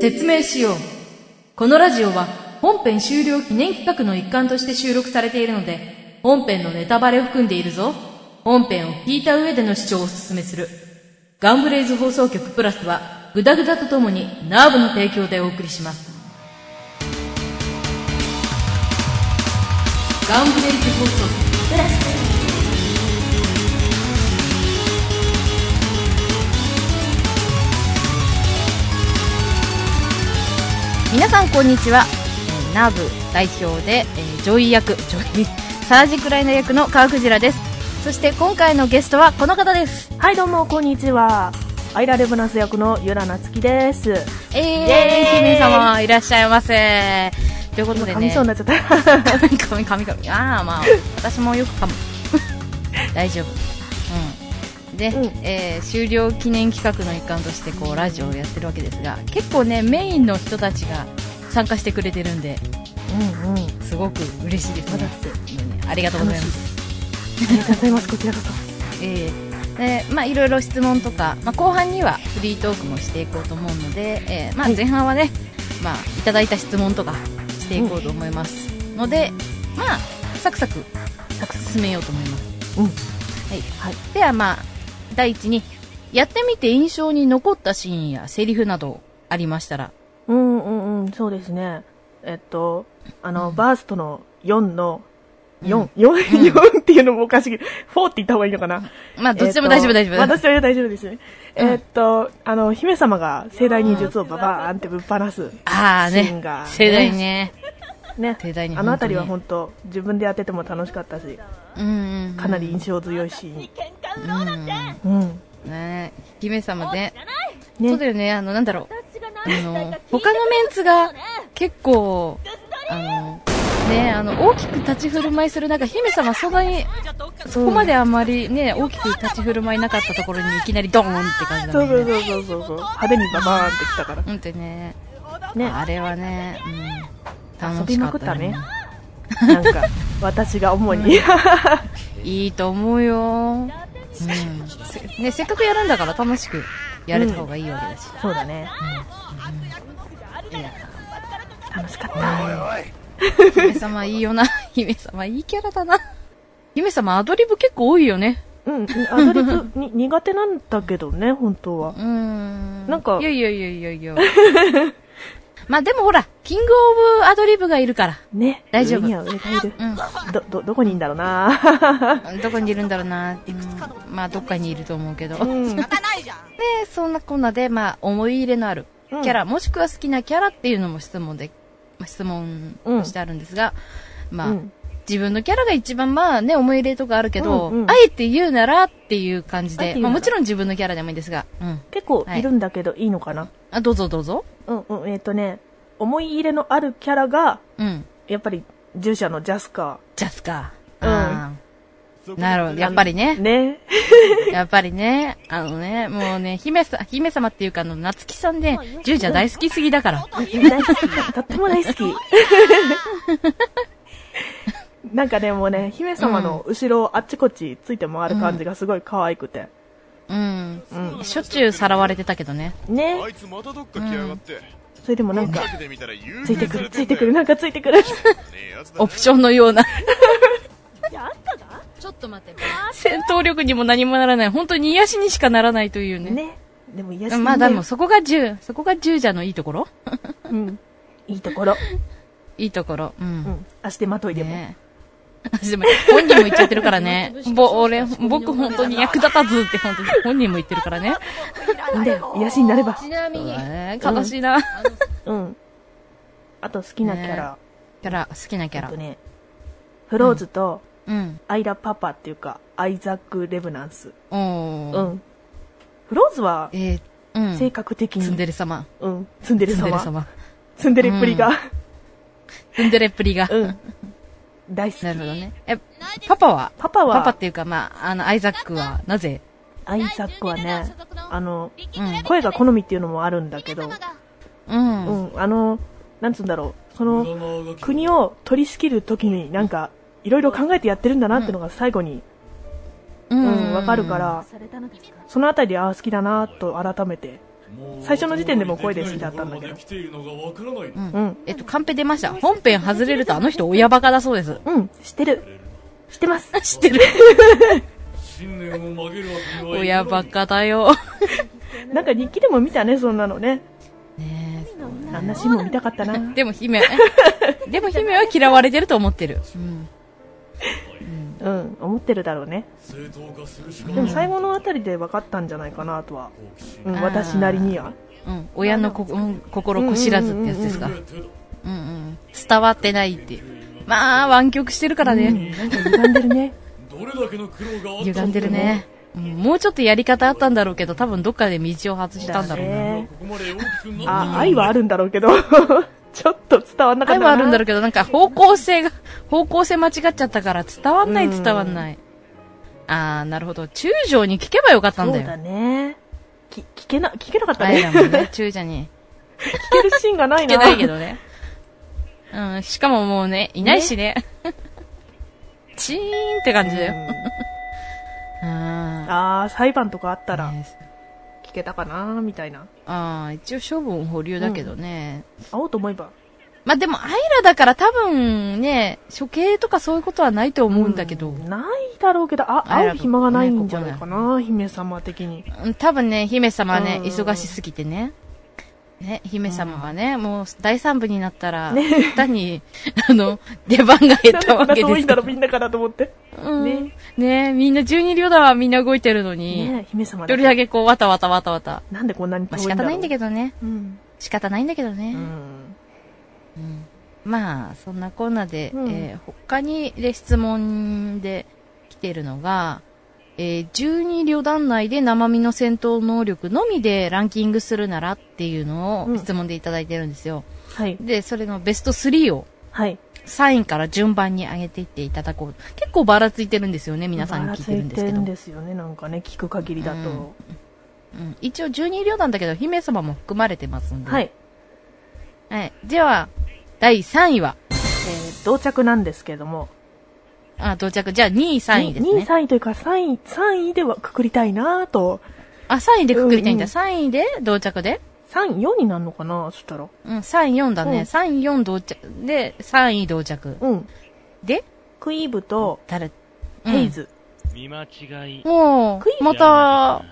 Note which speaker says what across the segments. Speaker 1: 説明しよう。このラジオは本編終了記念企画の一環として収録されているので、本編のネタバレを含んでいるぞ。本編を聞いた上での視聴をお勧めする。ガンブレイズ放送局プラスは、グダグダとともにナーブの提供でお送りします。ガンブレイズ放送局。皆さんこんにちはえーナーブ代表で、えージョイ役ジョイサージクライナ役の川クジラですそして今回のゲストはこの方です
Speaker 2: はいどうもこんにちはアイラレブナス役のゆらなつきです
Speaker 1: えー、
Speaker 2: イエーイ
Speaker 1: 姫様いらっしゃいませということで
Speaker 2: 噛
Speaker 1: ね
Speaker 2: みそうになっちゃった
Speaker 1: 神神神神ああまあ私もよく噛む大丈夫うんで、
Speaker 2: うん
Speaker 1: えー終了記念企画の一環としてこうラジオをやってるわけですが結構ねメインの人たちが参加してくれてるんで
Speaker 2: うんうんあ
Speaker 1: すごく嬉しいですねねありがとうございます
Speaker 2: りがとうございますこちらこそ
Speaker 1: えーでまあ、いろいろ質問とか、まあ、後半にはフリートークもしていこうと思うので、えーまあ、
Speaker 2: はい
Speaker 1: 前半はね、まあ、いただいた質問とかしていこうと思いますので、まあ、サクサクサク進めようと思います、
Speaker 2: うん
Speaker 1: はい
Speaker 2: はい
Speaker 1: では、まあ、第一にやってみて印象に残ったシーンやセリフなどありましたら
Speaker 2: うんうんうんそうですねえっとあの、バーストの4の
Speaker 1: う
Speaker 2: 4
Speaker 1: ん、
Speaker 2: 四四4っていうのもおかしいけど、4って言った方がいいのかな
Speaker 1: まあ、どっちでも大丈夫、大丈夫
Speaker 2: まあ、どっちでも大丈夫ですね。
Speaker 1: うん
Speaker 2: えっと、あの、姫様が盛大に術をババーンってぶっ放す。
Speaker 1: ああ
Speaker 2: シーン
Speaker 1: ね
Speaker 2: が
Speaker 1: 世代ね
Speaker 2: ね。
Speaker 1: 盛大に
Speaker 2: あの辺りは
Speaker 1: 本
Speaker 2: 本当、自分でやってても楽しかったし、
Speaker 1: うんうんうん
Speaker 2: かなり印象強いシーン。
Speaker 1: うんうん
Speaker 2: うん。
Speaker 1: ね姫様ねそうだ
Speaker 2: ね。
Speaker 1: よね、あの、なんだろう。あの
Speaker 3: の、
Speaker 1: 他
Speaker 3: 他
Speaker 1: の
Speaker 3: の
Speaker 1: メ
Speaker 3: メ
Speaker 1: ン
Speaker 3: ン
Speaker 1: ツ
Speaker 3: ツ
Speaker 1: が
Speaker 3: が、
Speaker 1: 結構、あの、ね、あの、大きく立ち振る舞いする中、姫様そんなに、そこまであんまりね、大きく立ち振る舞いなかったところにいきなりドーンって感じ
Speaker 2: そ
Speaker 1: だ
Speaker 2: うそ
Speaker 1: も
Speaker 2: うん
Speaker 1: ね。
Speaker 2: そうそうそうそう。派手にババーンってきたから。
Speaker 1: うんってね、
Speaker 2: ね。
Speaker 1: あれはね、うん、
Speaker 2: 遊
Speaker 1: 楽
Speaker 2: び
Speaker 1: しか
Speaker 2: ま
Speaker 1: っ
Speaker 2: くったたね
Speaker 1: ね。。
Speaker 2: なんか、私が主に。
Speaker 1: いいと思うよ。うん。せね、せっかくやるんだから楽しくやれた方がいいわけだし。
Speaker 2: そうだね。
Speaker 1: いや
Speaker 2: 楽しかった。
Speaker 1: 姫様いいよな。姫様いいキャラだな。姫様アドリブ結構多いよね。
Speaker 2: うん、アドリブに苦手なんだけどね、本当は
Speaker 1: う。ーん。
Speaker 2: なんか
Speaker 1: いやいやいやいやい や。まあでもほら、キングオブアドリブがいるから。
Speaker 2: ね。
Speaker 1: 大丈夫
Speaker 2: 上には上がいる。
Speaker 1: う
Speaker 2: ど、ど、どこにいんだろうな
Speaker 1: ん。どこにいるんだろうな。うんまあどっかにいると思うけど。
Speaker 2: う
Speaker 1: ね
Speaker 2: ん。
Speaker 1: そんなこん なで、まあ思い入れのあるキャラ、もしくは好きなキャラっていうのも質問で、まあ、質問としてあるんですが、まあ、
Speaker 2: うん
Speaker 1: 自分のキャラが一番まあね、思い入れとかあるけど、
Speaker 2: うんうん
Speaker 1: あえて言うならっていう感じ
Speaker 2: あえ
Speaker 1: で、
Speaker 2: て言うな
Speaker 1: ま
Speaker 2: ら
Speaker 1: あもちろん自分のキャラでもいいんですが、うん。
Speaker 2: 結構いるんだけど、いいのかな
Speaker 1: あ、どうぞどうぞ。
Speaker 2: うんうん、えっ、とね、思い入れのあるキャラが、
Speaker 1: うん。
Speaker 2: やっぱり、従者のジャスカ
Speaker 1: ジャスカ
Speaker 2: うん
Speaker 1: あーなるほど。やっぱりね
Speaker 2: ー。。ね。
Speaker 1: やっぱりね。あのね、もうね、姫さ、姫様っていうか、あの、夏木さんね、ジュージャ大好きすぎだから。
Speaker 2: 大好き。とっても大好き。 なんかね、もうね、姫様の後ろをあっちこっちついて回る感じがすごい可愛くて。
Speaker 1: うん。
Speaker 2: うん。
Speaker 1: しょっちゅうさらわれてたけどね。
Speaker 2: ね
Speaker 4: あ。いつまたどっか来やがって。
Speaker 2: それでもなん
Speaker 4: か
Speaker 2: か、
Speaker 4: けてみたら誘
Speaker 2: ついて
Speaker 4: 拐
Speaker 2: く
Speaker 4: さ
Speaker 2: る、
Speaker 4: れ
Speaker 2: つ
Speaker 4: て
Speaker 2: い
Speaker 4: んだ
Speaker 2: て
Speaker 4: よ
Speaker 2: くる、なんかついてくる。
Speaker 4: ねえやつだな
Speaker 1: オプションのような。
Speaker 3: ちょっと待って。
Speaker 1: 戦闘力にも何もならない。本当に癒しにしかならないというね。
Speaker 2: ね。でも癒やし
Speaker 1: う
Speaker 2: に
Speaker 1: ん
Speaker 2: ね
Speaker 1: まあでも、そこがジュー、そこがジュージャのいいところ
Speaker 2: うん。いいところ。
Speaker 1: いいところ。う。
Speaker 2: うんん。足手まといでも。
Speaker 1: ね私でも本人も言っちゃってるから ね。ぼ、俺、僕本当に役立たずって本当に本人も言ってるからね。
Speaker 2: いいんだよ。癒やしになれば。
Speaker 3: ちなみ に、
Speaker 1: えー悲しいな。
Speaker 2: うん。あと好きなキャラ。
Speaker 1: キャラ、好きなキャ
Speaker 2: えっ
Speaker 1: ラ
Speaker 2: と。ね、フローズと、
Speaker 1: うん。
Speaker 2: アイラパパっていうか、アイザック・レブナンス。
Speaker 1: おー
Speaker 2: う。ん。フローズは、
Speaker 1: えー、うん。
Speaker 2: 性格的に、
Speaker 1: ツンデレ様。
Speaker 2: うん、ツンデレ
Speaker 1: ツンデレ
Speaker 2: 様。
Speaker 1: 様。
Speaker 2: ツンデレっぷりが、
Speaker 1: ツンデレっぷりが。
Speaker 2: うん。大好き
Speaker 1: な。るほどね。え、パパは
Speaker 2: パパ
Speaker 1: パパっ
Speaker 2: は、
Speaker 1: ていうか、まあ、あの、アイザックは、なぜ
Speaker 2: アイザックはね、あの、
Speaker 1: うん
Speaker 2: 声が好みっていうのもあるんだけど、
Speaker 1: う。
Speaker 2: うんん、あの、なんつうんだろう、その、国を取り仕切るときになんか、いろいろ考えてやってるんだなってのが最後に、
Speaker 1: う
Speaker 2: うん、わかるか。ら、
Speaker 3: されたのですか
Speaker 2: そのあたり、ああ、好きだなと改めて最初の時点でもう声で好きだったんだけど
Speaker 5: ど
Speaker 2: うん
Speaker 1: えっと、カンペ出ました。本編外れるとあの人親バカだそうです。
Speaker 2: うん知ってる知っ てます
Speaker 1: 知ってる。親バカだよ。
Speaker 2: なんか日記でも見たねそんなのね
Speaker 1: ね
Speaker 2: あんなシーンも見たかったな
Speaker 1: えでも姫、でも姫は嫌われてると思ってる。うん。
Speaker 2: うん思ってるだろうねでも最後のあたりで分かったんじゃないかなとは、うん、
Speaker 1: あー
Speaker 2: 私なりには
Speaker 1: うん。親のこ、うん、心こ知らずってやつですか。うんうん。伝わってないっていう。まあ、湾曲してるからね。
Speaker 2: なんか歪んで るね
Speaker 1: 歪んでるね。うんもうちょっとやり方あったんだろうけど、多分どっかで道を外したんだろうな。
Speaker 2: ねあ愛はあるんだろうけど ちょっと伝わんなかっ
Speaker 1: 愛
Speaker 2: た
Speaker 1: はあるんだろ
Speaker 2: ろ
Speaker 1: うけど、なんか方向性が、方向性間違っちゃったから伝わんない伝わんない。あー、なるほど。中将に聞けばよかったんだ
Speaker 2: そうだ
Speaker 1: よ。
Speaker 2: ねき聞けな聞けなかった
Speaker 1: あ
Speaker 2: ね
Speaker 1: れだもん
Speaker 2: 聞
Speaker 1: ね、中将に。
Speaker 2: けるシーンがない
Speaker 1: 聞
Speaker 2: な
Speaker 1: けないけどね。うん、しかももうね、いないしね。 チーンって感じだよ。あ
Speaker 2: ああ裁判とかあった
Speaker 1: ー
Speaker 2: ら聞けたかなみたいな
Speaker 1: あー、一応処分保留だけどね。
Speaker 2: 会おうと思えば
Speaker 1: まあでも、アイラだから多分ね、処刑とかそういうことはないと思うんだけど。
Speaker 2: ないだろうけどあ
Speaker 1: 会え
Speaker 2: 会
Speaker 1: な
Speaker 2: う
Speaker 1: い
Speaker 2: 暇がないんじゃないかな姫様的に
Speaker 1: うん多分ね、姫様はね、
Speaker 2: うん
Speaker 1: 忙しすぎてね。ね、姫様はね、もう第3部になったら、単に、あの、出番が減
Speaker 2: な
Speaker 1: っ
Speaker 2: んで
Speaker 1: た
Speaker 2: こ
Speaker 1: わ
Speaker 2: んな
Speaker 1: け
Speaker 2: 遠
Speaker 1: で
Speaker 2: い
Speaker 1: す
Speaker 2: んだ
Speaker 1: か
Speaker 2: ろうみんなからと思って
Speaker 1: ら。うんね
Speaker 2: ね
Speaker 1: みんな12両だわ、みんな動いてるのに。
Speaker 2: ねえ姫様
Speaker 1: 一人
Speaker 2: だ
Speaker 1: だけこう、わたわたわたわた。
Speaker 2: なんでこんなに
Speaker 1: まあ
Speaker 2: 遠い
Speaker 1: 仕
Speaker 2: んだろう
Speaker 1: 方ないんだけどね。
Speaker 2: うん
Speaker 1: 仕方ないんだけどね。
Speaker 2: うん
Speaker 1: まあ、そんなこんなで、
Speaker 2: うん
Speaker 1: えー他にで質問で来てるのが、えー12旅団内で生身の戦闘能力のみでランキングするならっていうの
Speaker 2: う
Speaker 1: を
Speaker 2: ん
Speaker 1: 質問でいただいてるんですよ。
Speaker 2: はい
Speaker 1: で、それのベスト3を
Speaker 2: はい
Speaker 1: 3位から順番に上げていっていただこう。結構ばらついてるんですよね、皆さんに聞いてるんですけ
Speaker 2: ばらついてる
Speaker 1: ど
Speaker 2: ん。ですよねなんかね聞く限りだと
Speaker 1: うん、一応12旅団だけど、姫様も含まれてますんで。
Speaker 2: はい
Speaker 1: はい。では、第3位は、
Speaker 2: えー到着なんですけども
Speaker 1: あ、到着。じゃあ2位、3位ですね。
Speaker 2: 2位3位というか3位3位ではくくりたいなと
Speaker 1: あ、3位でくくりたいんだ。
Speaker 2: うん
Speaker 1: 3位で同着で
Speaker 2: 3位4になるのかなそしたら
Speaker 1: うん、3位4だね。
Speaker 2: うん
Speaker 1: 3位4同着。で、3位同着。
Speaker 2: うん
Speaker 1: で、
Speaker 2: クイーブと
Speaker 1: 誰、うん
Speaker 2: ヘイ。ズ
Speaker 6: 見間違い。
Speaker 1: も
Speaker 2: クイ
Speaker 1: う、また、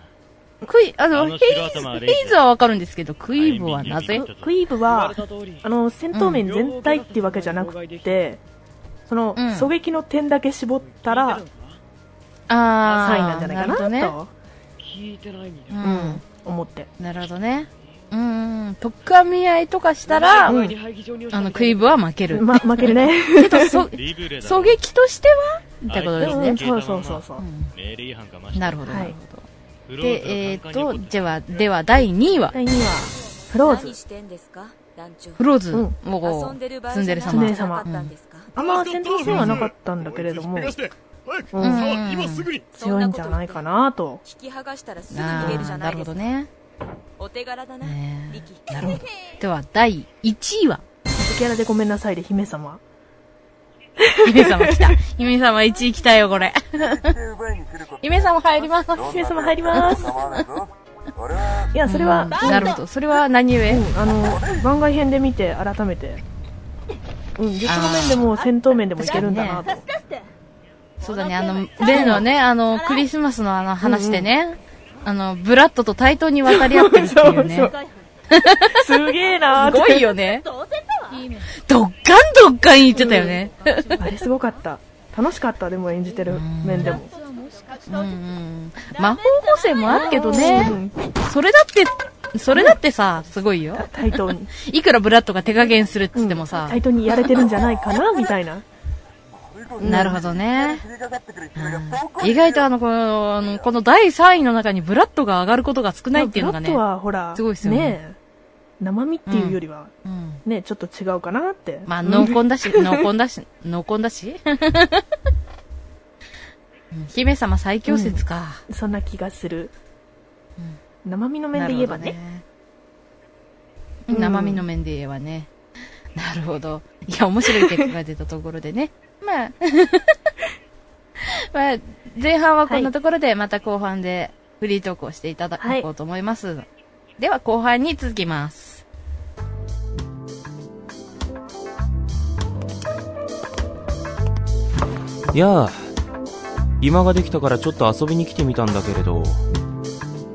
Speaker 1: クイ、あ
Speaker 6: あ
Speaker 1: の、ヘ
Speaker 6: の
Speaker 1: イ
Speaker 6: 白
Speaker 1: ズ、
Speaker 6: 頭はレイズ
Speaker 1: ヘイズはわかるんですけど、クイーブはなぜ
Speaker 6: うん
Speaker 2: クイーブ
Speaker 6: 言わ
Speaker 2: は
Speaker 6: れた通り
Speaker 2: あの戦闘面全体ってわけじゃなくて、その、
Speaker 1: うん
Speaker 2: 狙撃の点だけ絞ったら3位
Speaker 1: あ
Speaker 2: なん
Speaker 1: ー、
Speaker 2: じゃない
Speaker 1: な
Speaker 2: か
Speaker 1: るほど
Speaker 2: な
Speaker 1: ね。
Speaker 2: と、
Speaker 6: 聞いてないみた
Speaker 1: う
Speaker 6: いな。
Speaker 1: ん、
Speaker 2: うん、思って
Speaker 1: なるほどね。うんうん、とっかみ合いとかしたら、
Speaker 2: うん
Speaker 1: あの、クイーブは負ける。
Speaker 2: ま負けるね
Speaker 1: けど、 そ、
Speaker 6: リブレだ。
Speaker 1: 狙撃としてはってこと
Speaker 2: う
Speaker 1: ですね
Speaker 2: ん。 そうそうそうそう、
Speaker 1: うん
Speaker 6: 命令違反かま
Speaker 1: なるほど、
Speaker 2: はい
Speaker 1: なるほど。
Speaker 6: ほ
Speaker 1: で、えーっと、じゃあ、では、第2位は、
Speaker 2: 第2位はフロー
Speaker 7: 何
Speaker 2: ズ
Speaker 7: してんですか団長
Speaker 1: フローズ、
Speaker 2: うん
Speaker 1: も
Speaker 7: 遊ん
Speaker 1: う、
Speaker 7: でる場
Speaker 1: ツ
Speaker 7: 合
Speaker 1: ン
Speaker 7: じ
Speaker 1: デ
Speaker 7: ゃ
Speaker 1: レ
Speaker 7: な
Speaker 1: 様。
Speaker 7: かったんですか、
Speaker 2: あんま戦闘性はなかったんだけれども、
Speaker 8: 逃がして早く
Speaker 2: うん
Speaker 8: さあ今すぐに
Speaker 2: 強いんじゃないかなと
Speaker 7: 引き剥がしたらすぐ
Speaker 1: あ
Speaker 7: 逃げるじ
Speaker 1: ー
Speaker 7: ゃ
Speaker 1: な
Speaker 7: ない
Speaker 1: る
Speaker 7: で
Speaker 1: ほ
Speaker 7: す
Speaker 1: ど
Speaker 7: か、
Speaker 1: ね。
Speaker 7: お手柄だな、
Speaker 1: ね
Speaker 7: リキ
Speaker 1: なるほど。では、第1位は、
Speaker 2: キャラでごめんなさいで姫様
Speaker 1: 姫様来た。 姫様1位来たよ、これ。姫様入ります。
Speaker 2: 姫様入りますいやそれは、
Speaker 1: なるほど。それは何故、
Speaker 2: うんあの番外編で見て改めてうん術の面でも戦闘面でもいけるんだなと、
Speaker 1: そうだね、あの、例のね、あの、クリスマスのあの話でね、あの、ブラッドと対等に渡り合ってるっていうね。
Speaker 2: そうすげえなー
Speaker 1: す
Speaker 2: って
Speaker 1: ごいよね。どっかんどっかん言ってたよね。
Speaker 2: あれすごかった。楽しかった、でも演じてる面でも。
Speaker 1: うん魔法補正もあるけど
Speaker 2: う
Speaker 1: ね。
Speaker 2: ん
Speaker 1: それだって、それだってさ、すごいよ。
Speaker 2: 対等に。
Speaker 1: いくらブラッドが手加減するっつってもさ
Speaker 2: 対、等にやれてるんじゃないかな、みたいな。
Speaker 1: なるほどね。意外とあの、この、あのこの第3位の中にブラッドが上がることが少ないっていうのがね
Speaker 2: ブラッド。はほら、
Speaker 1: すごいっすよね
Speaker 2: え生身っていうよりは、
Speaker 1: うん
Speaker 2: ね、ちょっと違うかなって。
Speaker 1: まあ、濃紺だ し、濃紺だし、濃紺だし。 うん姫様最強説か。
Speaker 2: そんな気がする。生身の面で言えばね。
Speaker 1: なるほどね
Speaker 2: うん
Speaker 1: 生身の面で言えばね。なるほど。いや、面白い結果が出たところで ね。まあ、 まあ、前半はこんなところで、また後半でフリートークをしていただ
Speaker 2: はい
Speaker 1: こうと思います。はい。では後半に続きます。
Speaker 4: やあ今ができたからちょっと遊びに来てみたんだけれど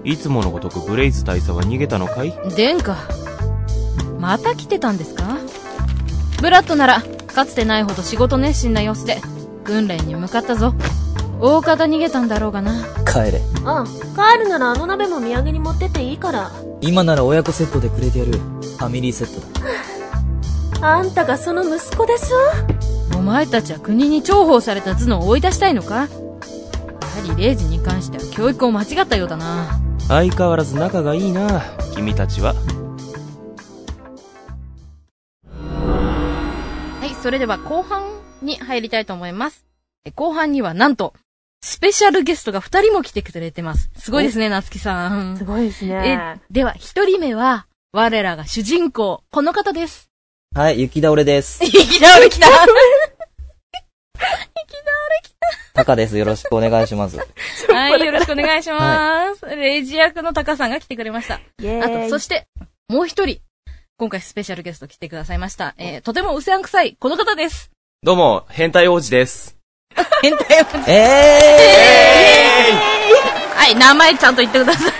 Speaker 4: いつものごとくブレイズ大佐は逃げたのかい
Speaker 3: 殿下また来てたんですかブラッドならかつてないほど仕事熱心な様子で訓練に向かったぞ大方逃げたんだろうがな
Speaker 9: 帰れ
Speaker 10: ああ、帰るならあの鍋も土産に持ってっていいから。
Speaker 9: 今なら親子セットでくれてやるファミリーセットだ
Speaker 10: あんたがその息子でしょ
Speaker 3: お前たちは国に重宝された頭脳を追い出したいのかやはりレイジに関しては教育を間違ったようだな
Speaker 4: 相変わらず仲がいいな君たちは
Speaker 1: はい、それでは後半に入りたいと思います。え後半にはなんと、スペシャルゲストが2人も来てくれてます。すごいですね、夏希さん。
Speaker 2: すごいですね。
Speaker 1: え、では、一人目は、我らが主人公、この方です。
Speaker 9: はい雪倒れです
Speaker 1: いきなり来た
Speaker 9: タカですよろしくお願い します
Speaker 1: はい、よろしくお願いします。レイジ役のタカさんが来てくれました。
Speaker 2: イェ
Speaker 1: あ
Speaker 2: ー
Speaker 1: と、
Speaker 2: イ
Speaker 1: そして、もう一人、今回スペシャルゲスト来てくださいました。えー、とてもうせんくさい、この方です。
Speaker 4: どうも変態王子です
Speaker 1: 変態王子
Speaker 9: ええ
Speaker 1: はい、名前ちゃんと言ってください。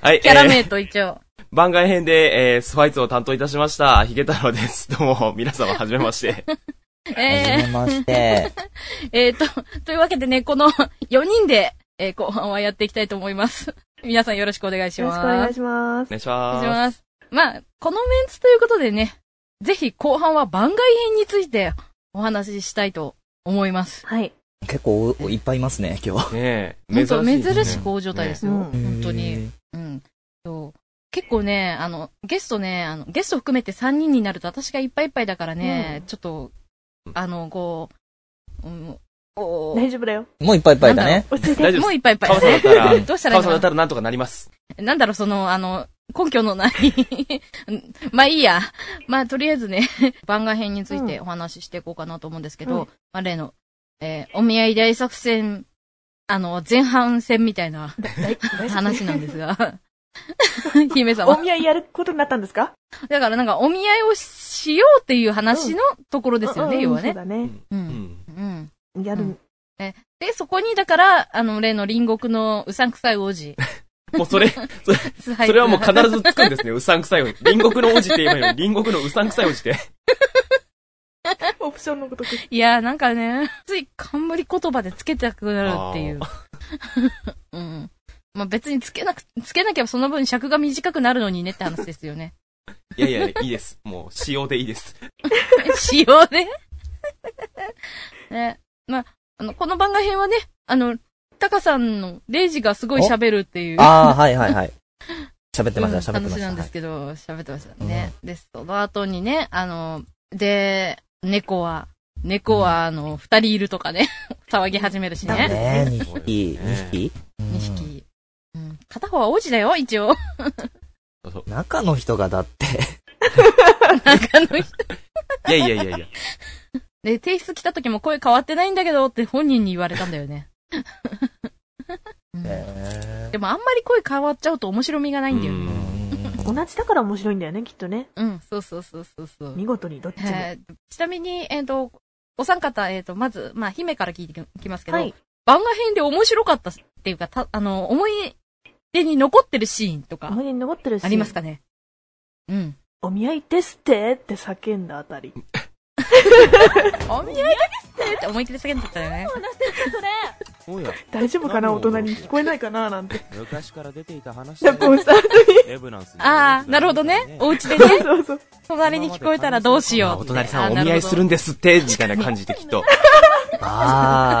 Speaker 4: はい
Speaker 1: キャラ
Speaker 4: え
Speaker 1: 名と一応。
Speaker 4: ー番外編で、えースファイツを担当いたしましたヒゲ太郎ですどうも皆様はじめまして
Speaker 9: ー、は じ
Speaker 1: え
Speaker 9: め まして
Speaker 1: ー、えーと、というわけでね、この4人で、えー、後半はやっていきたいと思います。皆さんよろしくお願いし
Speaker 2: よろ
Speaker 1: ます。
Speaker 2: しくお願いします
Speaker 4: お。願いし
Speaker 1: お願い
Speaker 4: ま
Speaker 1: し
Speaker 4: す
Speaker 1: ます。まあ、このメンツということでね、ぜひ後半は番外編についてお話ししたいと思います。
Speaker 2: はい。
Speaker 9: 結構おいっぱいいますね今日
Speaker 4: ねえ
Speaker 1: 本当珍しい、
Speaker 4: で
Speaker 1: ね、
Speaker 4: すね
Speaker 1: こういう状態です
Speaker 2: う
Speaker 1: よ。
Speaker 2: ん。
Speaker 1: 本当に。うん。そう結構ね、あの、ゲストね、あの、ゲスト含めて3人になると私がいっぱいいっぱいだからね、ちょっと、あの、こう、うん、お
Speaker 2: 大丈夫だよ。
Speaker 9: もういっぱいいっぱいだね
Speaker 2: 落ち着いて。
Speaker 4: 大丈
Speaker 1: も
Speaker 4: 夫
Speaker 1: う
Speaker 4: で
Speaker 1: いっぱいいっぱ
Speaker 4: す
Speaker 1: い
Speaker 4: カ オ。さんだったら
Speaker 1: どうしたらいいの
Speaker 4: カオさんだったらなんとかなります
Speaker 1: なんだろう、その、あの、根拠のない。 まあいいや。まあとりあえずね、番外編についてお話ししていこうかなと思うんですけど、
Speaker 2: うん
Speaker 1: まあ例の、えーお見合い大作戦、あの、前半戦みたいな
Speaker 2: 大大丈夫
Speaker 1: 話なんですが、 姫
Speaker 2: お
Speaker 1: 様。
Speaker 2: 見合いやることになったんですか
Speaker 1: だからなんかお見合いをしようっていう話のところですよね、
Speaker 2: うん
Speaker 1: 要は
Speaker 2: そう
Speaker 1: ね。
Speaker 2: だね。
Speaker 1: う。
Speaker 4: うんん
Speaker 1: うん。
Speaker 2: やる。
Speaker 1: で、そこに、だから、あの、例の隣国のうさんくさい王子。
Speaker 4: もうそれ、それ、
Speaker 1: そ
Speaker 4: それはもう必ずつくんですね。うさんくさい王子。隣国の王子って言えばいいのに、隣国のうさんくさい王子って。
Speaker 2: オプションのことく。
Speaker 1: いやー、なんかね、つい冠言葉でつけたくなるっていう。 うん。まあ、別につけなく、つけなきゃその分尺が短くなるのにねって話ですよね。
Speaker 4: いやいや、いいです。もう、仕様でいいです。
Speaker 1: 仕様ね。 ね。まあ、あの、この番外編はね、あの、タカさんのレイジがすごい喋るっていう。
Speaker 9: ああはいはいはい喋ってました
Speaker 1: うん
Speaker 9: 喋
Speaker 1: 話
Speaker 9: ってまし
Speaker 1: な
Speaker 9: た
Speaker 1: んで
Speaker 9: はい
Speaker 1: すけど、喋ってましたね。で、その後にね、あの、で、猫は、猫は、あの、二人いるとかね、 騒ぎ始めるし
Speaker 2: ダメ
Speaker 1: ね。
Speaker 9: ねえ2匹
Speaker 4: そうですね
Speaker 9: 2匹
Speaker 1: 二
Speaker 9: うん
Speaker 1: 匹。うん。片方は王子だよ、一応。
Speaker 9: 中の人がだって
Speaker 1: 中の人。
Speaker 4: いやいやいやいや。
Speaker 1: で、提出来た時も声変わってないんだけどって本人に言われたんだよね。 うん
Speaker 9: ね
Speaker 1: でもあんまり声変わっちゃうと面白みがないんだよ
Speaker 4: う
Speaker 1: ね。
Speaker 4: ん
Speaker 2: 同じだから面白いんだよね、きっとね。
Speaker 1: うん、そうそうそうそうそう。
Speaker 2: 見事にどっちも。
Speaker 1: えーちなみに、えっ、と、お三方、えっ、と、まず、まあ、姫から聞いていきますけど、
Speaker 2: はい。
Speaker 1: 番外編で面白かったっていうか、た、あの、思い出に残ってるシーンとか
Speaker 2: 思、い出に残ってるし。
Speaker 1: ありますかねうん。
Speaker 2: お見合いですってって叫んだあたり。
Speaker 1: お見合いですねって思いっきり叫んでたよね。
Speaker 4: おや、
Speaker 2: 大丈夫かな大人に聞こえないかななんて。
Speaker 4: 昔から出ていた話
Speaker 2: ジャンプをした後に。
Speaker 4: レブナンス
Speaker 1: ああ、なるほどね。お
Speaker 4: い、
Speaker 1: 家でね、
Speaker 2: そうそう。
Speaker 1: 隣に聞こえたらどうしよう。
Speaker 4: お隣さんお
Speaker 1: あー
Speaker 4: 見合いするんですって、みたいな感じできっと。
Speaker 9: ああ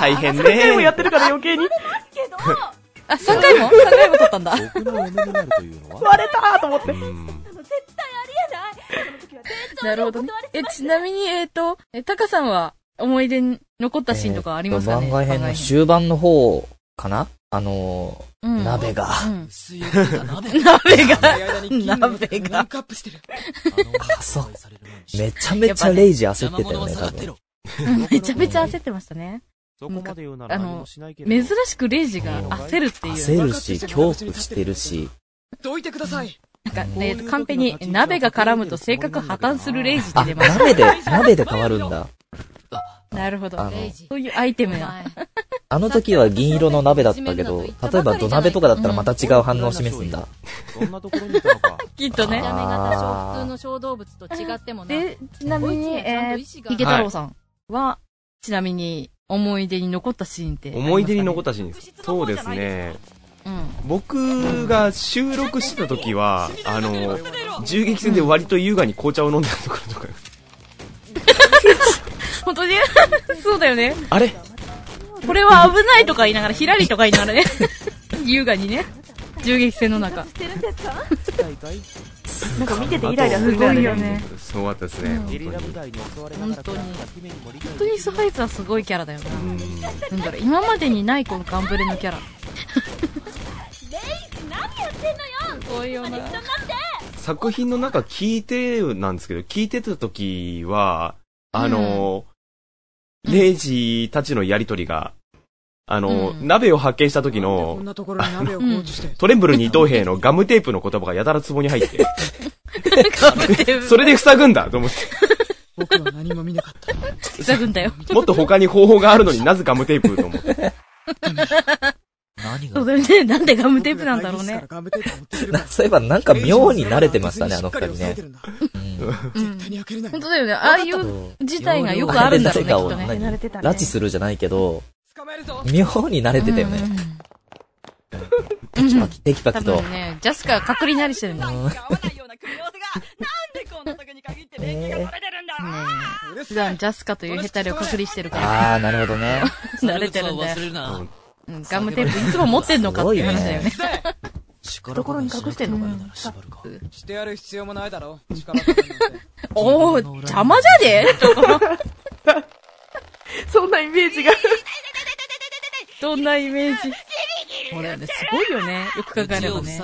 Speaker 4: 大変
Speaker 2: 何回もや
Speaker 4: ね
Speaker 2: っ。てるから余計に、
Speaker 1: なるほどあ、3回 も ?3 回も撮ったんだ。
Speaker 4: 僕の嫁になるというの
Speaker 2: 割れたーと思って
Speaker 4: う。ん。
Speaker 1: なるほどね。え、ちなみに、えっ、と、え、タカさんは思い出に残ったシーンとかありますかね、
Speaker 9: えーと番外編の終盤の方かなあのー、
Speaker 1: うん
Speaker 9: 鍋が。
Speaker 1: うん
Speaker 11: 水曜日が鍋
Speaker 1: 鍋が、
Speaker 11: 鍋がランクアップしてる
Speaker 9: あそう。めちゃめちゃレイジ焦ってたよね、多分。
Speaker 1: めちゃめちゃ焦ってましたね。
Speaker 4: そこまで言うなら
Speaker 1: あ
Speaker 4: 何
Speaker 1: の、
Speaker 4: もしないけれど
Speaker 1: 珍しくレイジが焦るっていう。
Speaker 9: 焦るし、恐怖してるし、
Speaker 11: どいてください。
Speaker 1: なんか、えーとカンペに、鍋が絡むと性格破綻するレイジって
Speaker 9: あ、
Speaker 1: 出ます。
Speaker 9: 鍋で、鍋で変わるんだ。
Speaker 1: なるほど
Speaker 9: あの。
Speaker 1: そういうアイテムが。
Speaker 9: あの時は銀色の鍋だったけど、例えば土鍋とかだったらまた違う反応を示すんだ。
Speaker 4: そんなところにいたのか
Speaker 1: きっとね。
Speaker 9: あー
Speaker 12: 普通の小動物と違ってもな。
Speaker 1: で、ちなみ
Speaker 12: こいつ
Speaker 1: に、
Speaker 12: はちゃんと
Speaker 1: えー
Speaker 12: 意志が
Speaker 1: 池太郎さんは、ちなみに、思い出に残ったシーンって。
Speaker 4: 思い出に残ったシーンですそうですね僕が収録してた時はあの銃撃戦で割と優雅に紅茶を飲んでたところとか
Speaker 1: 本当にそうだよね。
Speaker 4: あれ
Speaker 1: これは危ないとか言いながら、ひらりとか言いながらね。優雅にね。銃撃戦の中。
Speaker 2: なんか見ててイライラするぐらいだよね。
Speaker 4: そうだったですね
Speaker 2: ゲリラ
Speaker 1: 本当に。本当にスハイツはすごいキャラだよな。なんだろう、今までにないこのガンブレのキャラ。
Speaker 12: 何やってんのよ
Speaker 1: すごいよな。
Speaker 4: 作品の中聞いてなんですけど聞いてた時はあの、レイジたちのやりとりがあの、鍋を発見した時の
Speaker 11: こんなところに鍋を放置して。
Speaker 4: トレンブル二等兵のガムテープの言葉がやたら壺に入って
Speaker 1: ープ
Speaker 4: それで塞ぐんだと思って
Speaker 11: 僕は何も見なかった。
Speaker 1: 塞ぐんだよ。
Speaker 4: もっと他に方法があるのになぜガムテープと思って。
Speaker 1: そうだよね。なんでガムテープなんだろうね。
Speaker 9: そういえばなんか妙に慣れてましたね、あの二人ね。
Speaker 1: うん。本当だよね。ああいう事態がよくあるんだろうね、きっとね。
Speaker 9: 拉致するじゃないけど、妙に慣れてたよね。テキパキ、テキパ
Speaker 1: 多
Speaker 9: キと。
Speaker 1: 分ね、ジャスカー隔離なりしてるんだ。普段ジャスカというヘタレを隔離してるから。
Speaker 9: あー、なるほどね。
Speaker 1: 慣れてるんだよ。うんガムテープいつも持ってんのかっていう話だよね。
Speaker 2: 懐に隠してんのかな
Speaker 11: してやる必要もないだろ。力
Speaker 1: おー、邪魔じゃ でとか。
Speaker 2: そんなイメージが。
Speaker 1: どんなイメージ。これね、すごいよね。よく考えればね。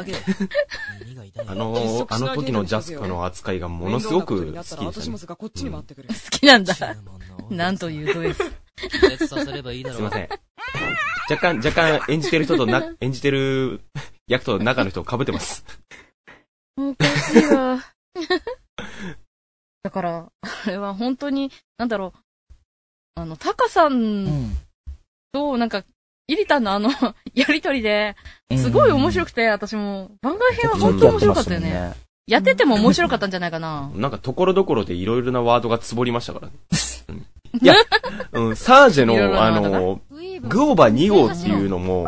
Speaker 4: あのー、あの時のジャスカの扱いがものすごく好きでしたね。
Speaker 11: がこっちに回ってくる。
Speaker 1: 好きなんだ。なんというド S。
Speaker 4: すいません。若干、若干演じてる人とな、演じてる役と中の人を被ってます。
Speaker 1: おかしいわ。だから、あれは本当に、なんだろう、あの、タカさんと、なんか、イリタンのあ の、やりとりで、すごい面白くて、私も、番外編は本当面白かったよね。。やってても面白かったんじゃないかな。
Speaker 4: なんかところどころでいろいろなワードがつぼりました からね。うんいや、うん、サージェ
Speaker 1: いろいろ
Speaker 4: の、
Speaker 1: な
Speaker 4: あ
Speaker 1: ワードが
Speaker 4: のー、グオーバ2号っていうのも、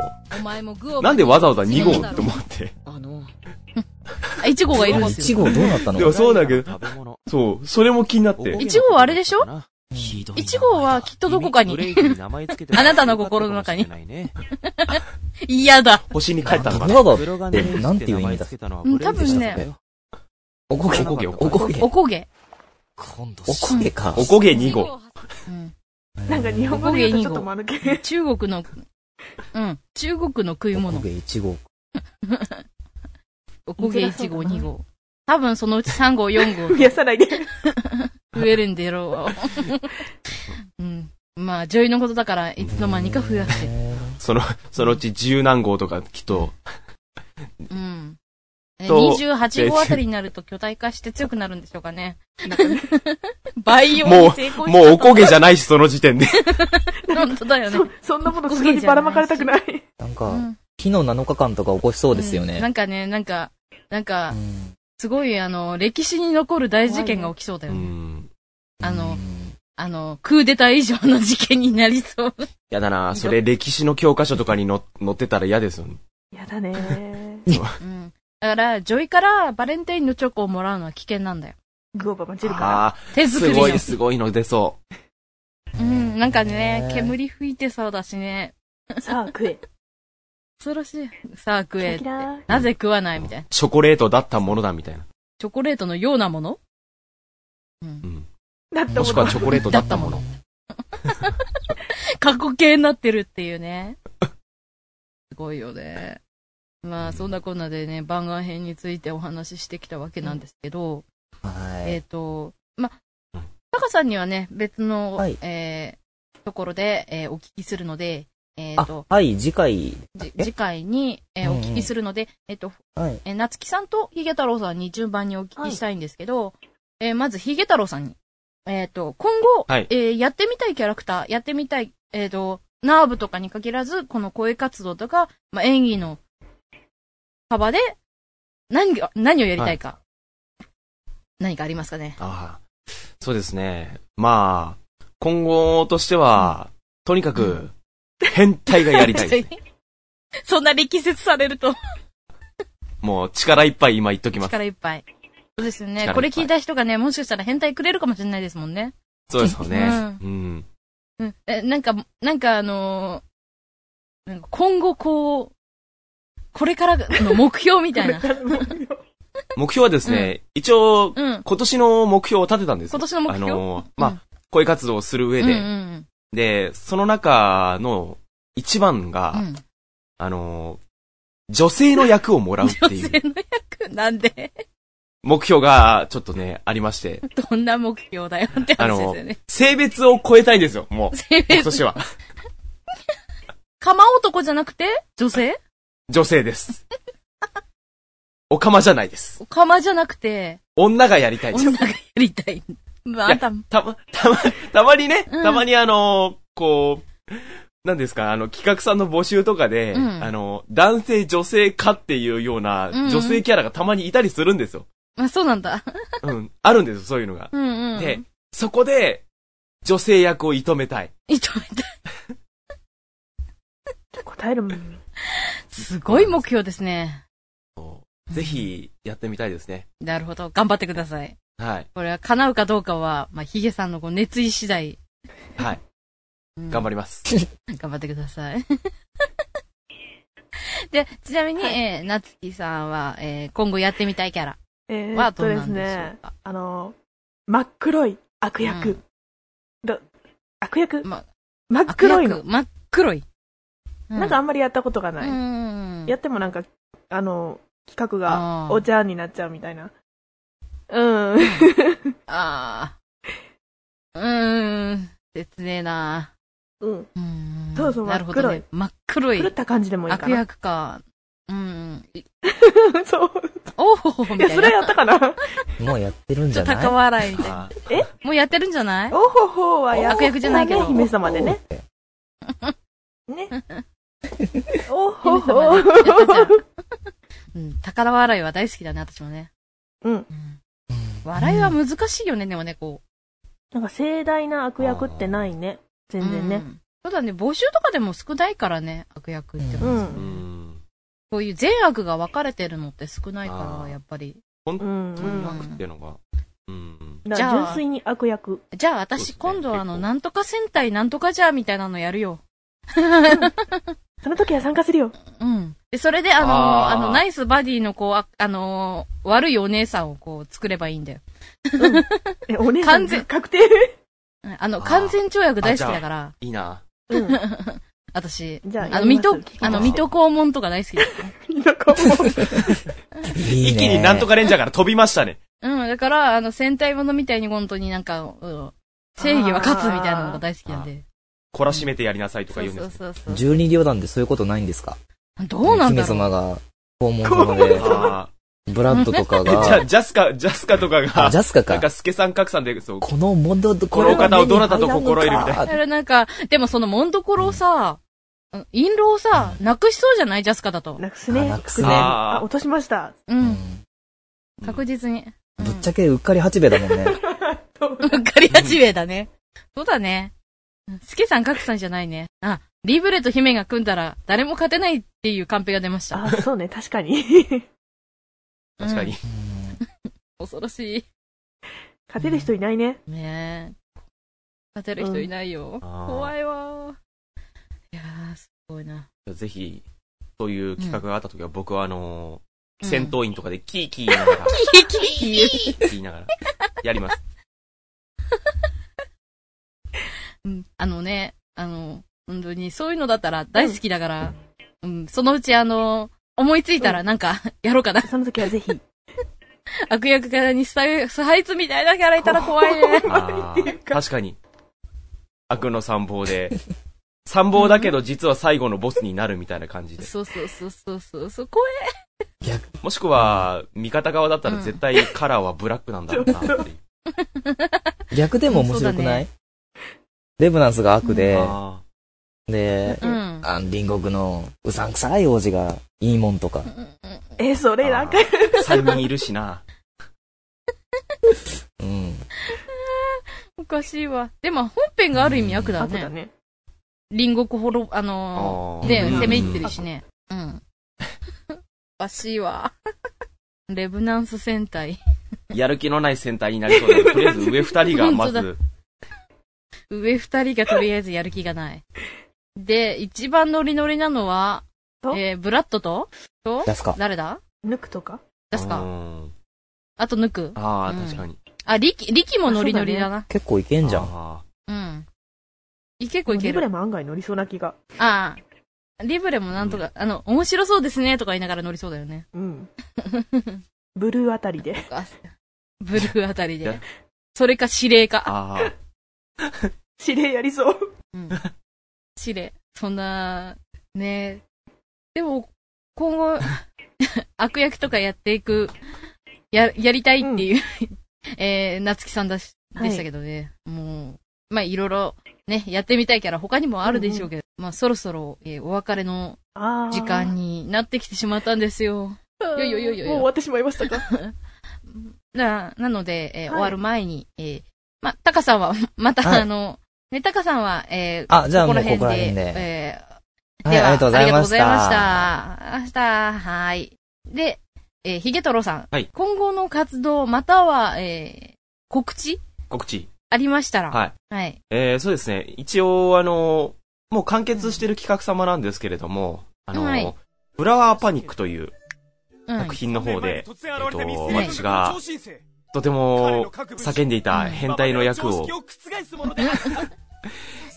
Speaker 4: なんでわざわざ2号って思って。
Speaker 1: あ、1号がいるんですよ。
Speaker 9: 1号どうなった の
Speaker 4: でもそうだけど、そう、それも気になって。
Speaker 1: 1号はあれでしょ ?1 号はきっとどこかに。あなたの心の中に。嫌だ。
Speaker 4: 星に帰ったのかな
Speaker 9: どうだって、なんていう意味だ
Speaker 1: うん、多分ね、
Speaker 9: おこげ、おこげ、おこげ。
Speaker 1: おこげ。
Speaker 9: おこげか。
Speaker 4: おこげ2号。
Speaker 2: なんか日本語で言うとちょっと間抜け。
Speaker 1: 中国の、うん、中国の食い
Speaker 9: おこ
Speaker 1: 物。
Speaker 9: げ1号。
Speaker 1: おこげ1号、2号。多分そのうち3号、4号
Speaker 2: 増やさないで。
Speaker 1: 増えるんだろう。うん。まあ、女優のことだから、いつの間にか増やしてる。
Speaker 4: その、そのうち十何号とかきっと、
Speaker 1: うん。え
Speaker 4: と
Speaker 1: 28号あたりになると巨大化して強くなるんでしょうかね。培養に
Speaker 4: も
Speaker 1: 成功
Speaker 4: う、
Speaker 1: しちゃ
Speaker 4: もう
Speaker 1: った
Speaker 4: おこげじゃないし、その時点で。
Speaker 1: 本当だよね。
Speaker 2: そんなものすぐにばらまかれたくない。
Speaker 9: なんか、昨日7日間とか起こしそうですよ
Speaker 1: な
Speaker 9: ね。
Speaker 1: んかね、なんか、なんか、すごいあの、歴史に残る大事件が起きそうだよね。あの、あの、クーデター以上の事件になりそう。
Speaker 4: やだなそれ歴史の教科書とかにの載ってたら嫌ですよね。
Speaker 2: やだね。
Speaker 1: うん。だから、ジョイからバレンタインのチョコをもらうのは危険なんだよ。
Speaker 2: グオバ混じるから。
Speaker 4: ああ、
Speaker 1: 手作り
Speaker 4: す
Speaker 1: の
Speaker 4: ごい、すごいの出そ
Speaker 1: うん、なんかね、煙吹いてそうだしね。
Speaker 2: さあ食え。
Speaker 1: 恐ろしい。さあ食えって。
Speaker 2: キラキラ
Speaker 1: なぜ食わないみたいな
Speaker 4: う。。チョコレートだったものだ、みたいな。
Speaker 1: チョコレートのようなもの
Speaker 4: うん。
Speaker 2: だって
Speaker 4: もしくはチョコレートだったも
Speaker 1: だ
Speaker 4: の。
Speaker 1: 過去形になってるっていう ね。すごいよね。まあ、そんなこんなでね、番外編についてお話ししてきたわけなんですけど、
Speaker 9: は
Speaker 1: えっ、
Speaker 9: い。
Speaker 1: と、まあ、タカさんにはね、別の、
Speaker 9: はい
Speaker 1: えーところで、えーお聞きするので、えっ、
Speaker 9: あ
Speaker 1: と、、
Speaker 9: はい、次回。
Speaker 1: じ次回に、えー
Speaker 9: うんうん
Speaker 1: お聞きするので、えっ、と、
Speaker 9: はい。
Speaker 1: えー、夏木さんとヒゲ太郎さんに順番にお聞きしたいんですけど、えーまずヒゲ太郎さんに、えっ、と、今後、
Speaker 13: はい
Speaker 1: えーやってみたいキャラクター、やってみたい、えっ、と、ナーブとかに限らず、この声活動とか、まあ、演技の幅で、何が、何をやりたいか、何かありますかね。
Speaker 4: ああ。そうですね。まあ、今後としては、とにかく、変態がや りたいです。
Speaker 1: そんな力説されると、
Speaker 4: もう力いっぱい今言っときます。
Speaker 1: 力いっぱい。そうですよ
Speaker 4: 力い
Speaker 1: ね
Speaker 4: っぱ。い
Speaker 1: これ聞いた人がね、もしかしたら変態くれるかもしれないですもんね。
Speaker 4: そうですよね。うん。
Speaker 1: うんえ、なんか、なんかあのーなんか今後こう、これからの目標みたい な。
Speaker 4: 目標はですね、一応、
Speaker 1: うん
Speaker 4: 今年の目標を立てたんですよ
Speaker 1: 今年の目標
Speaker 4: あのー、まあ、声活動をする上で、
Speaker 1: うんうん
Speaker 4: で、その中の一番が、
Speaker 1: うん
Speaker 4: あのー、女性の役をもらうっていう
Speaker 1: 女性の役なんで、
Speaker 4: 目標が、ちょっとね、ありまして、
Speaker 1: どんな目標だよって
Speaker 4: あ
Speaker 1: 話で
Speaker 4: の
Speaker 1: すよ
Speaker 4: ー
Speaker 1: ね。、
Speaker 4: 性別を超えたいんですよ、もう。
Speaker 1: 性別
Speaker 4: 今年は。
Speaker 1: 釜男じゃなくて女性
Speaker 4: 女性です。おかまじゃないです。
Speaker 1: 釜じゃなくて、
Speaker 4: 女がやりた いです。
Speaker 1: 女がやりたい。まあ、あんたも、
Speaker 4: た ま、たま、たまにね、
Speaker 1: うん
Speaker 4: たまにあのーこう、なんですか、あの、企画さんの募集とかで、
Speaker 1: うん
Speaker 4: あの、男性、女性かっていうような、
Speaker 1: うんうん
Speaker 4: 女性キャラがたまにいたりするんですよ。
Speaker 1: まあそうなんだ。
Speaker 4: うん。あるんですよ、そういうのが。
Speaker 1: うんうん。
Speaker 4: で、そこで、女性役を射止めたい。
Speaker 2: 答えるもん。
Speaker 1: すごい目標ですね。
Speaker 4: ぜひ、やってみたいですね。
Speaker 1: なるほど。頑張ってください。
Speaker 4: はい。
Speaker 1: これは叶うかどうかは、まあ、ヒゲさんのこう熱意次第、
Speaker 4: はい。頑張ります。
Speaker 1: 頑張ってください。で、ちなみに、えー、なつきさんは、えー、今後やってみたいキャラ。
Speaker 2: えー
Speaker 1: は
Speaker 2: っと
Speaker 1: どう
Speaker 2: で
Speaker 1: な
Speaker 2: す
Speaker 1: んでしょう
Speaker 2: ね、あの、真っ黒い悪役。
Speaker 1: うん
Speaker 2: だ悪役、
Speaker 1: ま、
Speaker 2: 真っ黒いの
Speaker 1: 悪役。真っ黒い。うん
Speaker 2: なんかあんまりやったことがない。
Speaker 1: うん。
Speaker 2: やってもなんか、あの、企画
Speaker 1: あ
Speaker 2: が
Speaker 1: ー
Speaker 2: お茶になっちゃうみたいな。うん。
Speaker 1: ああ。うーん。切ねえな
Speaker 2: うん。
Speaker 1: そう
Speaker 2: そう
Speaker 1: なるほどね。真っ黒い。
Speaker 2: 狂った感じでもいいかな
Speaker 1: 悪役か。うん。
Speaker 2: そう。
Speaker 1: おおみたいな。
Speaker 2: いやそれやったかな
Speaker 9: もうやってるんじゃない
Speaker 1: 高笑いみたい
Speaker 4: な。
Speaker 2: え
Speaker 1: もうやってるんじゃない
Speaker 2: おほほはやったね
Speaker 1: 悪役じゃないけど。
Speaker 2: 姫様でね。ね。 おほ
Speaker 1: 姫様
Speaker 2: ほ。
Speaker 1: ねやったじゃん うん。高笑いは大好きだね、私もね。
Speaker 2: うん。
Speaker 1: 笑いは難しいよね、でもね、こう。
Speaker 2: なんか盛大な悪役ってないね。全然ね。
Speaker 1: そうだね、募集とかでも少ないからね、悪役って。
Speaker 2: うん。
Speaker 1: こういう善悪が分かれてるのって少ないから、やっぱり。
Speaker 4: 本当
Speaker 2: に
Speaker 4: 楽っていうのが。うん。
Speaker 1: じゃあ
Speaker 2: 純粋に悪役。
Speaker 1: じゃあ私、今度あの、なんとか戦隊なんとかじゃ、みたいなのやるよ。
Speaker 2: その時は参加するよ。
Speaker 1: うん。で、それで、あのー
Speaker 2: あー
Speaker 1: あの、ナイスバディの、こう、あ、あのー悪いお姉さんをこう、作ればいいんだよ。
Speaker 2: え、お姉さん
Speaker 1: 完全、
Speaker 2: 確定
Speaker 1: あの、完全跳躍大好きだから。。
Speaker 4: あじゃあいいな。
Speaker 1: 私、
Speaker 2: あ
Speaker 1: あの、
Speaker 2: やり
Speaker 1: 水
Speaker 2: ます
Speaker 1: 戸、あの、水戸黄門とか大好きだから。
Speaker 4: 一気になんとかレンジャーから飛びましたね。
Speaker 1: うん、だから、あの、戦隊ものみたいに本当になんか、うん正義は勝つみたいなのが大好きなんで。
Speaker 4: 懲らしめてやりなさいとか
Speaker 1: そう
Speaker 4: 言うん
Speaker 1: そ
Speaker 4: で
Speaker 1: う
Speaker 4: す。
Speaker 1: そうそう。
Speaker 9: 12両団でそういうことないんですか
Speaker 1: どうなんだ
Speaker 9: 姫
Speaker 1: ろう
Speaker 9: 様が、訪問様で
Speaker 4: あ、
Speaker 9: ブラッドと か
Speaker 4: じゃあ、
Speaker 9: が、
Speaker 4: ジャスカ、ジャスカとかが、
Speaker 9: あジャスカか
Speaker 4: なんか、スケさん、カクさんで、そう、
Speaker 9: このモンド、
Speaker 4: このお方をどなたと心得るみたい
Speaker 1: だ
Speaker 4: な。
Speaker 1: からなんか、でもそのモンドコロをさ、うん印籠をさ、なくしそうじゃないジャスカだと。
Speaker 2: なくすね。なく
Speaker 9: すね
Speaker 2: あ、落としました。
Speaker 1: うん。確実に。
Speaker 9: ぶっちゃけうっかり八兵衛だもんね。
Speaker 1: うっかり八兵衛だね。そうだね。スケさん、カクさんじゃないね。あ、リーブレと姫が組んだら誰も勝てないっていうカンペが出ました。
Speaker 2: あ、そうね、確か に。
Speaker 4: 確かに。
Speaker 1: 恐ろしい。
Speaker 2: 勝てる人いないね。
Speaker 1: ねえ。勝てる人いないよ。
Speaker 4: あー
Speaker 1: 怖いわー。いやー、すごい な。
Speaker 4: ぜひ、そういう企画があった時は、僕はあ
Speaker 1: う
Speaker 4: のー
Speaker 1: ん
Speaker 4: 戦闘員とかでキーキー言いながら、
Speaker 1: キーキー
Speaker 4: 言い ながら、やります。
Speaker 1: うんあのね、あの、本当にそういうのだったら大好きだから、うん、そのうちあの、思いついたらなんか、 やろうかな。
Speaker 2: その時はぜ ひ。
Speaker 1: 悪役 からにスタイスハイツみたいなキャラいたら怖いね。
Speaker 4: あー確かに。悪の参謀で、参謀だけど実は最後のボスになるみたいな感じで。
Speaker 3: そうそうそうそうそう、そこ
Speaker 4: もしくは、味方側だったら絶対カラーはブラックなんだろうなっていう。
Speaker 9: 逆でも面白く
Speaker 4: そうだ
Speaker 9: ない、
Speaker 4: ね
Speaker 9: レブナンスが悪で、で、
Speaker 2: うん
Speaker 9: あの隣国のうさんくさい王子がいいもんとか、
Speaker 2: え、それなんか、
Speaker 4: 催眠いるしな。
Speaker 9: うん。
Speaker 3: おかしいわ。でも、本編がある意味悪だね。悪だ
Speaker 2: ね。
Speaker 3: 隣国滅ぼ、あのー、
Speaker 4: あー
Speaker 3: ね、
Speaker 4: うん
Speaker 3: 攻め入ってるしね。 うん。おかしいわ。 レブナンス戦隊。
Speaker 4: やる気のない戦隊になりそ うだけどとりあえず上二人がま
Speaker 3: 本
Speaker 4: ず、
Speaker 3: 上二人がとりあえずやる気がない。で、一番ノリノリなのは、えー、ブラッドとと
Speaker 4: ダスカ
Speaker 3: 誰だ
Speaker 2: 抜くとか
Speaker 3: 出す
Speaker 4: う
Speaker 3: か。
Speaker 4: ん
Speaker 3: あと抜く。
Speaker 4: ああ、
Speaker 3: うん
Speaker 4: 確かに。
Speaker 3: あ、リキ、リキもノリノリだな。
Speaker 9: 結構いけんじゃん。
Speaker 3: うん。い結構いけ
Speaker 2: リ
Speaker 3: る
Speaker 2: ブレ。も案外乗りそうな気が。
Speaker 3: ああ。リブレもなんとか、あの、面白そうですね、とか言いながら乗りそうだよね。
Speaker 2: うん。ブルーあたりで。
Speaker 3: ブルーあたりで。それか指令か。
Speaker 4: ああ。
Speaker 2: 指令やりそう。
Speaker 3: 指令。そんな、ねでも、今後、 悪役とかやっていく、や、やりたいっていう、 えー、夏木さんだし、
Speaker 1: はい
Speaker 3: でしたけどね。もう、まあ、いろいろ、ね、やってみたいキャラ他にもあるでしょうけど、まあ、そろそろ、えーお別れの
Speaker 2: あ ー
Speaker 3: 時間になってきてしまったんですよ。よいよいよいよいよ
Speaker 2: もう終わってしまいま したか
Speaker 3: な、なので、えー
Speaker 2: はい
Speaker 3: 終わる前に、えーま、タカさんは、 また、
Speaker 9: はい
Speaker 3: あの、ね、タカさんは、えー
Speaker 9: あじゃあ
Speaker 3: ここら
Speaker 9: もう
Speaker 3: 辺
Speaker 9: ここら
Speaker 3: で、
Speaker 9: 辺で
Speaker 3: えー
Speaker 9: はい、
Speaker 3: では
Speaker 9: ありがとうござ
Speaker 3: あ
Speaker 9: いました。
Speaker 3: りがとうございました。明日、はい。で、えー、ヒゲトロさん。
Speaker 4: はい
Speaker 3: 今後の活動、または、えー告知
Speaker 4: 告知。
Speaker 3: ありましたら。
Speaker 4: はい。
Speaker 3: はい。
Speaker 4: えー、そうですね。一応、あの、もう完結してる企画様なんですけれども、あの、
Speaker 3: はい
Speaker 4: フラワーパニックという
Speaker 3: うん
Speaker 4: 作品の方で、えっと、
Speaker 6: はい
Speaker 4: 私が、とても叫んでいた変態の役を、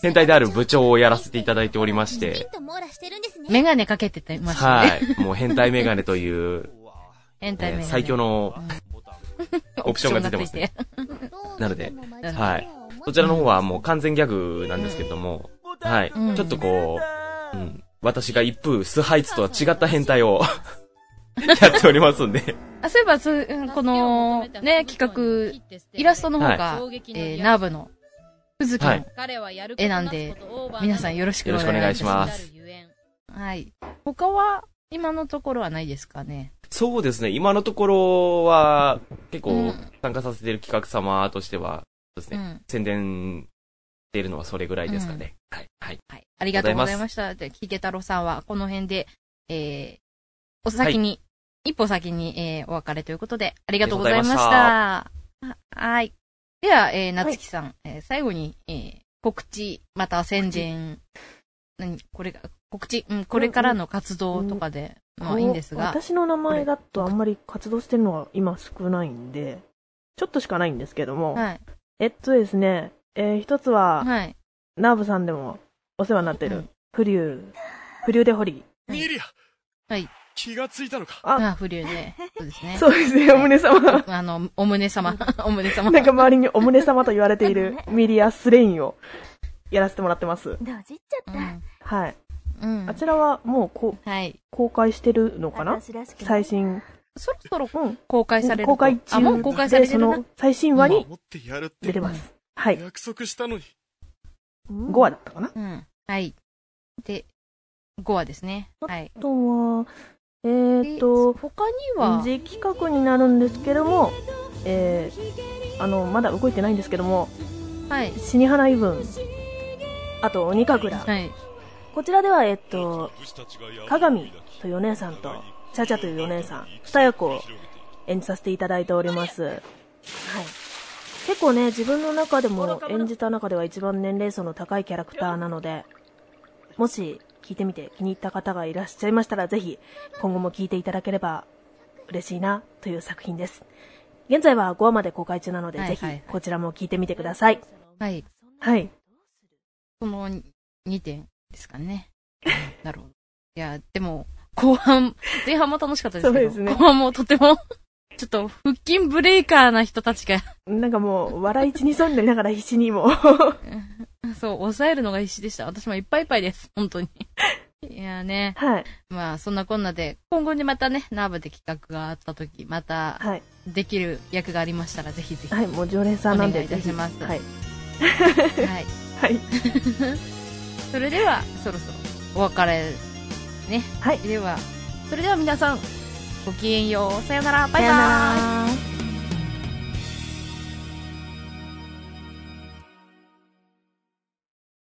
Speaker 4: 変態である部長をやらせていただいておりまして、
Speaker 3: メガネかけててましたね。
Speaker 4: はい。もう変態メガネという、
Speaker 3: エンタメガ
Speaker 4: えー
Speaker 3: ネ。
Speaker 4: 最強のオプションが出てますね。なので、はい。そちらの方はもう完全ギャグなんですけれども、はい。ちょっとこう、うん、私が一風崇拝ツとは違った変態を やっておりますんで、
Speaker 3: あそういえば、そううんこの、ね、企画、イラストの方が、
Speaker 1: はい
Speaker 3: えー、ナーブの、ふずき
Speaker 4: はい
Speaker 3: の絵なんで、皆さんよろしくお願いします。
Speaker 4: よろしくお願いします。
Speaker 3: はい。他は、今のところはないですかね。
Speaker 4: そうですね、今のところは、結構参加させてる企画様としては、そうですね、
Speaker 3: うん
Speaker 4: 宣伝しているのはそれぐらいですかね。はい。はい。
Speaker 3: ありがとうございま
Speaker 4: し
Speaker 3: した。で、ひげ太郎さんは、この辺で、えー、お先に、一歩先に、えー、お別れということで、ありがとうございました。
Speaker 1: あ
Speaker 3: ははい。では、えー、なつきさん、えー最後に、えー、告知、また宣伝、何これが、告知、うん、これからの活動とかで、まあいいんですが。
Speaker 2: 私の名前だとあんまり活動してるのは今少ないんで、ちょっとしかないんですけども、
Speaker 3: はい
Speaker 2: えっとですね、えー一つは、
Speaker 3: はい、
Speaker 2: ナーブさんでもお世話になってる、フリュー、フリューデホリー。
Speaker 6: ミリア
Speaker 3: はい。
Speaker 6: 気がついたのか
Speaker 3: あ、不流で。そうですね。
Speaker 2: そうですね、お胸様。
Speaker 3: あの、お胸 様。お胸様。
Speaker 2: なんか周りにお胸様と言われているミリア・スレインをやらせてもらってます。はい。
Speaker 3: うん
Speaker 2: あちらはもうこ、公開してるのかな最新。
Speaker 3: そろそ
Speaker 2: ろ
Speaker 3: 公開されると
Speaker 2: 公開中
Speaker 3: あもう公開されてるな
Speaker 2: でその最新話に
Speaker 6: ってやるって
Speaker 2: 出てます。はい。
Speaker 6: 約束したのに
Speaker 2: 5話だったかな
Speaker 3: うん。はい。で、5話ですね。はい。
Speaker 2: あとは、えー、っと、
Speaker 3: 他には
Speaker 2: 次企画になるんですけども、えー、あの、まだ動いてないんですけども、
Speaker 3: はい。
Speaker 2: 死に花イブン、あと、鬼神楽。
Speaker 3: はい。
Speaker 2: こちらでは、えっと、鏡というお姉さんと、チャチャというお姉さん、二役を演じさせていただいております。はい。結構ね、自分の中でも演じた中では一番年齢層の高いキャラクターなので、もし聞いてみて気に入った方がいらっしゃいましたら、ぜひ今後も聞いていただければ嬉しいなという作品です。現在は5話まで公開中なので、
Speaker 3: はい
Speaker 2: ぜ
Speaker 3: はいはい
Speaker 2: ひこちらも聞いてみてください。
Speaker 3: はい。
Speaker 2: はい。
Speaker 3: この2点ですか ね。なるほど。いや、でも、後半、前半も楽しかったですけど、
Speaker 2: そうですね
Speaker 3: 後半もとても、ちょっと、腹筋ブレーカーな人たちが、
Speaker 2: なんかもう、笑い血にそうになりながら必死にもう、
Speaker 3: そう、抑えるのが必死でした。私もいっぱいいっぱいです。本当に。いやね。
Speaker 2: はい。
Speaker 3: まあ、そんなこんなで、今後にまたね、ナーブで企画があった時、また、できる役がありましたら、ぜひぜひ。
Speaker 2: はい、もう常連さんなん
Speaker 3: お願
Speaker 2: で。
Speaker 3: いいたします。
Speaker 2: ぜひはい。
Speaker 3: はい。
Speaker 2: はい。
Speaker 3: それでは、そろそろ、お別れ、ね。
Speaker 2: はい。
Speaker 3: では、それでは皆さん、ごきげんよう。さよなら。バイ
Speaker 2: さよな
Speaker 3: バーイ。
Speaker 2: ら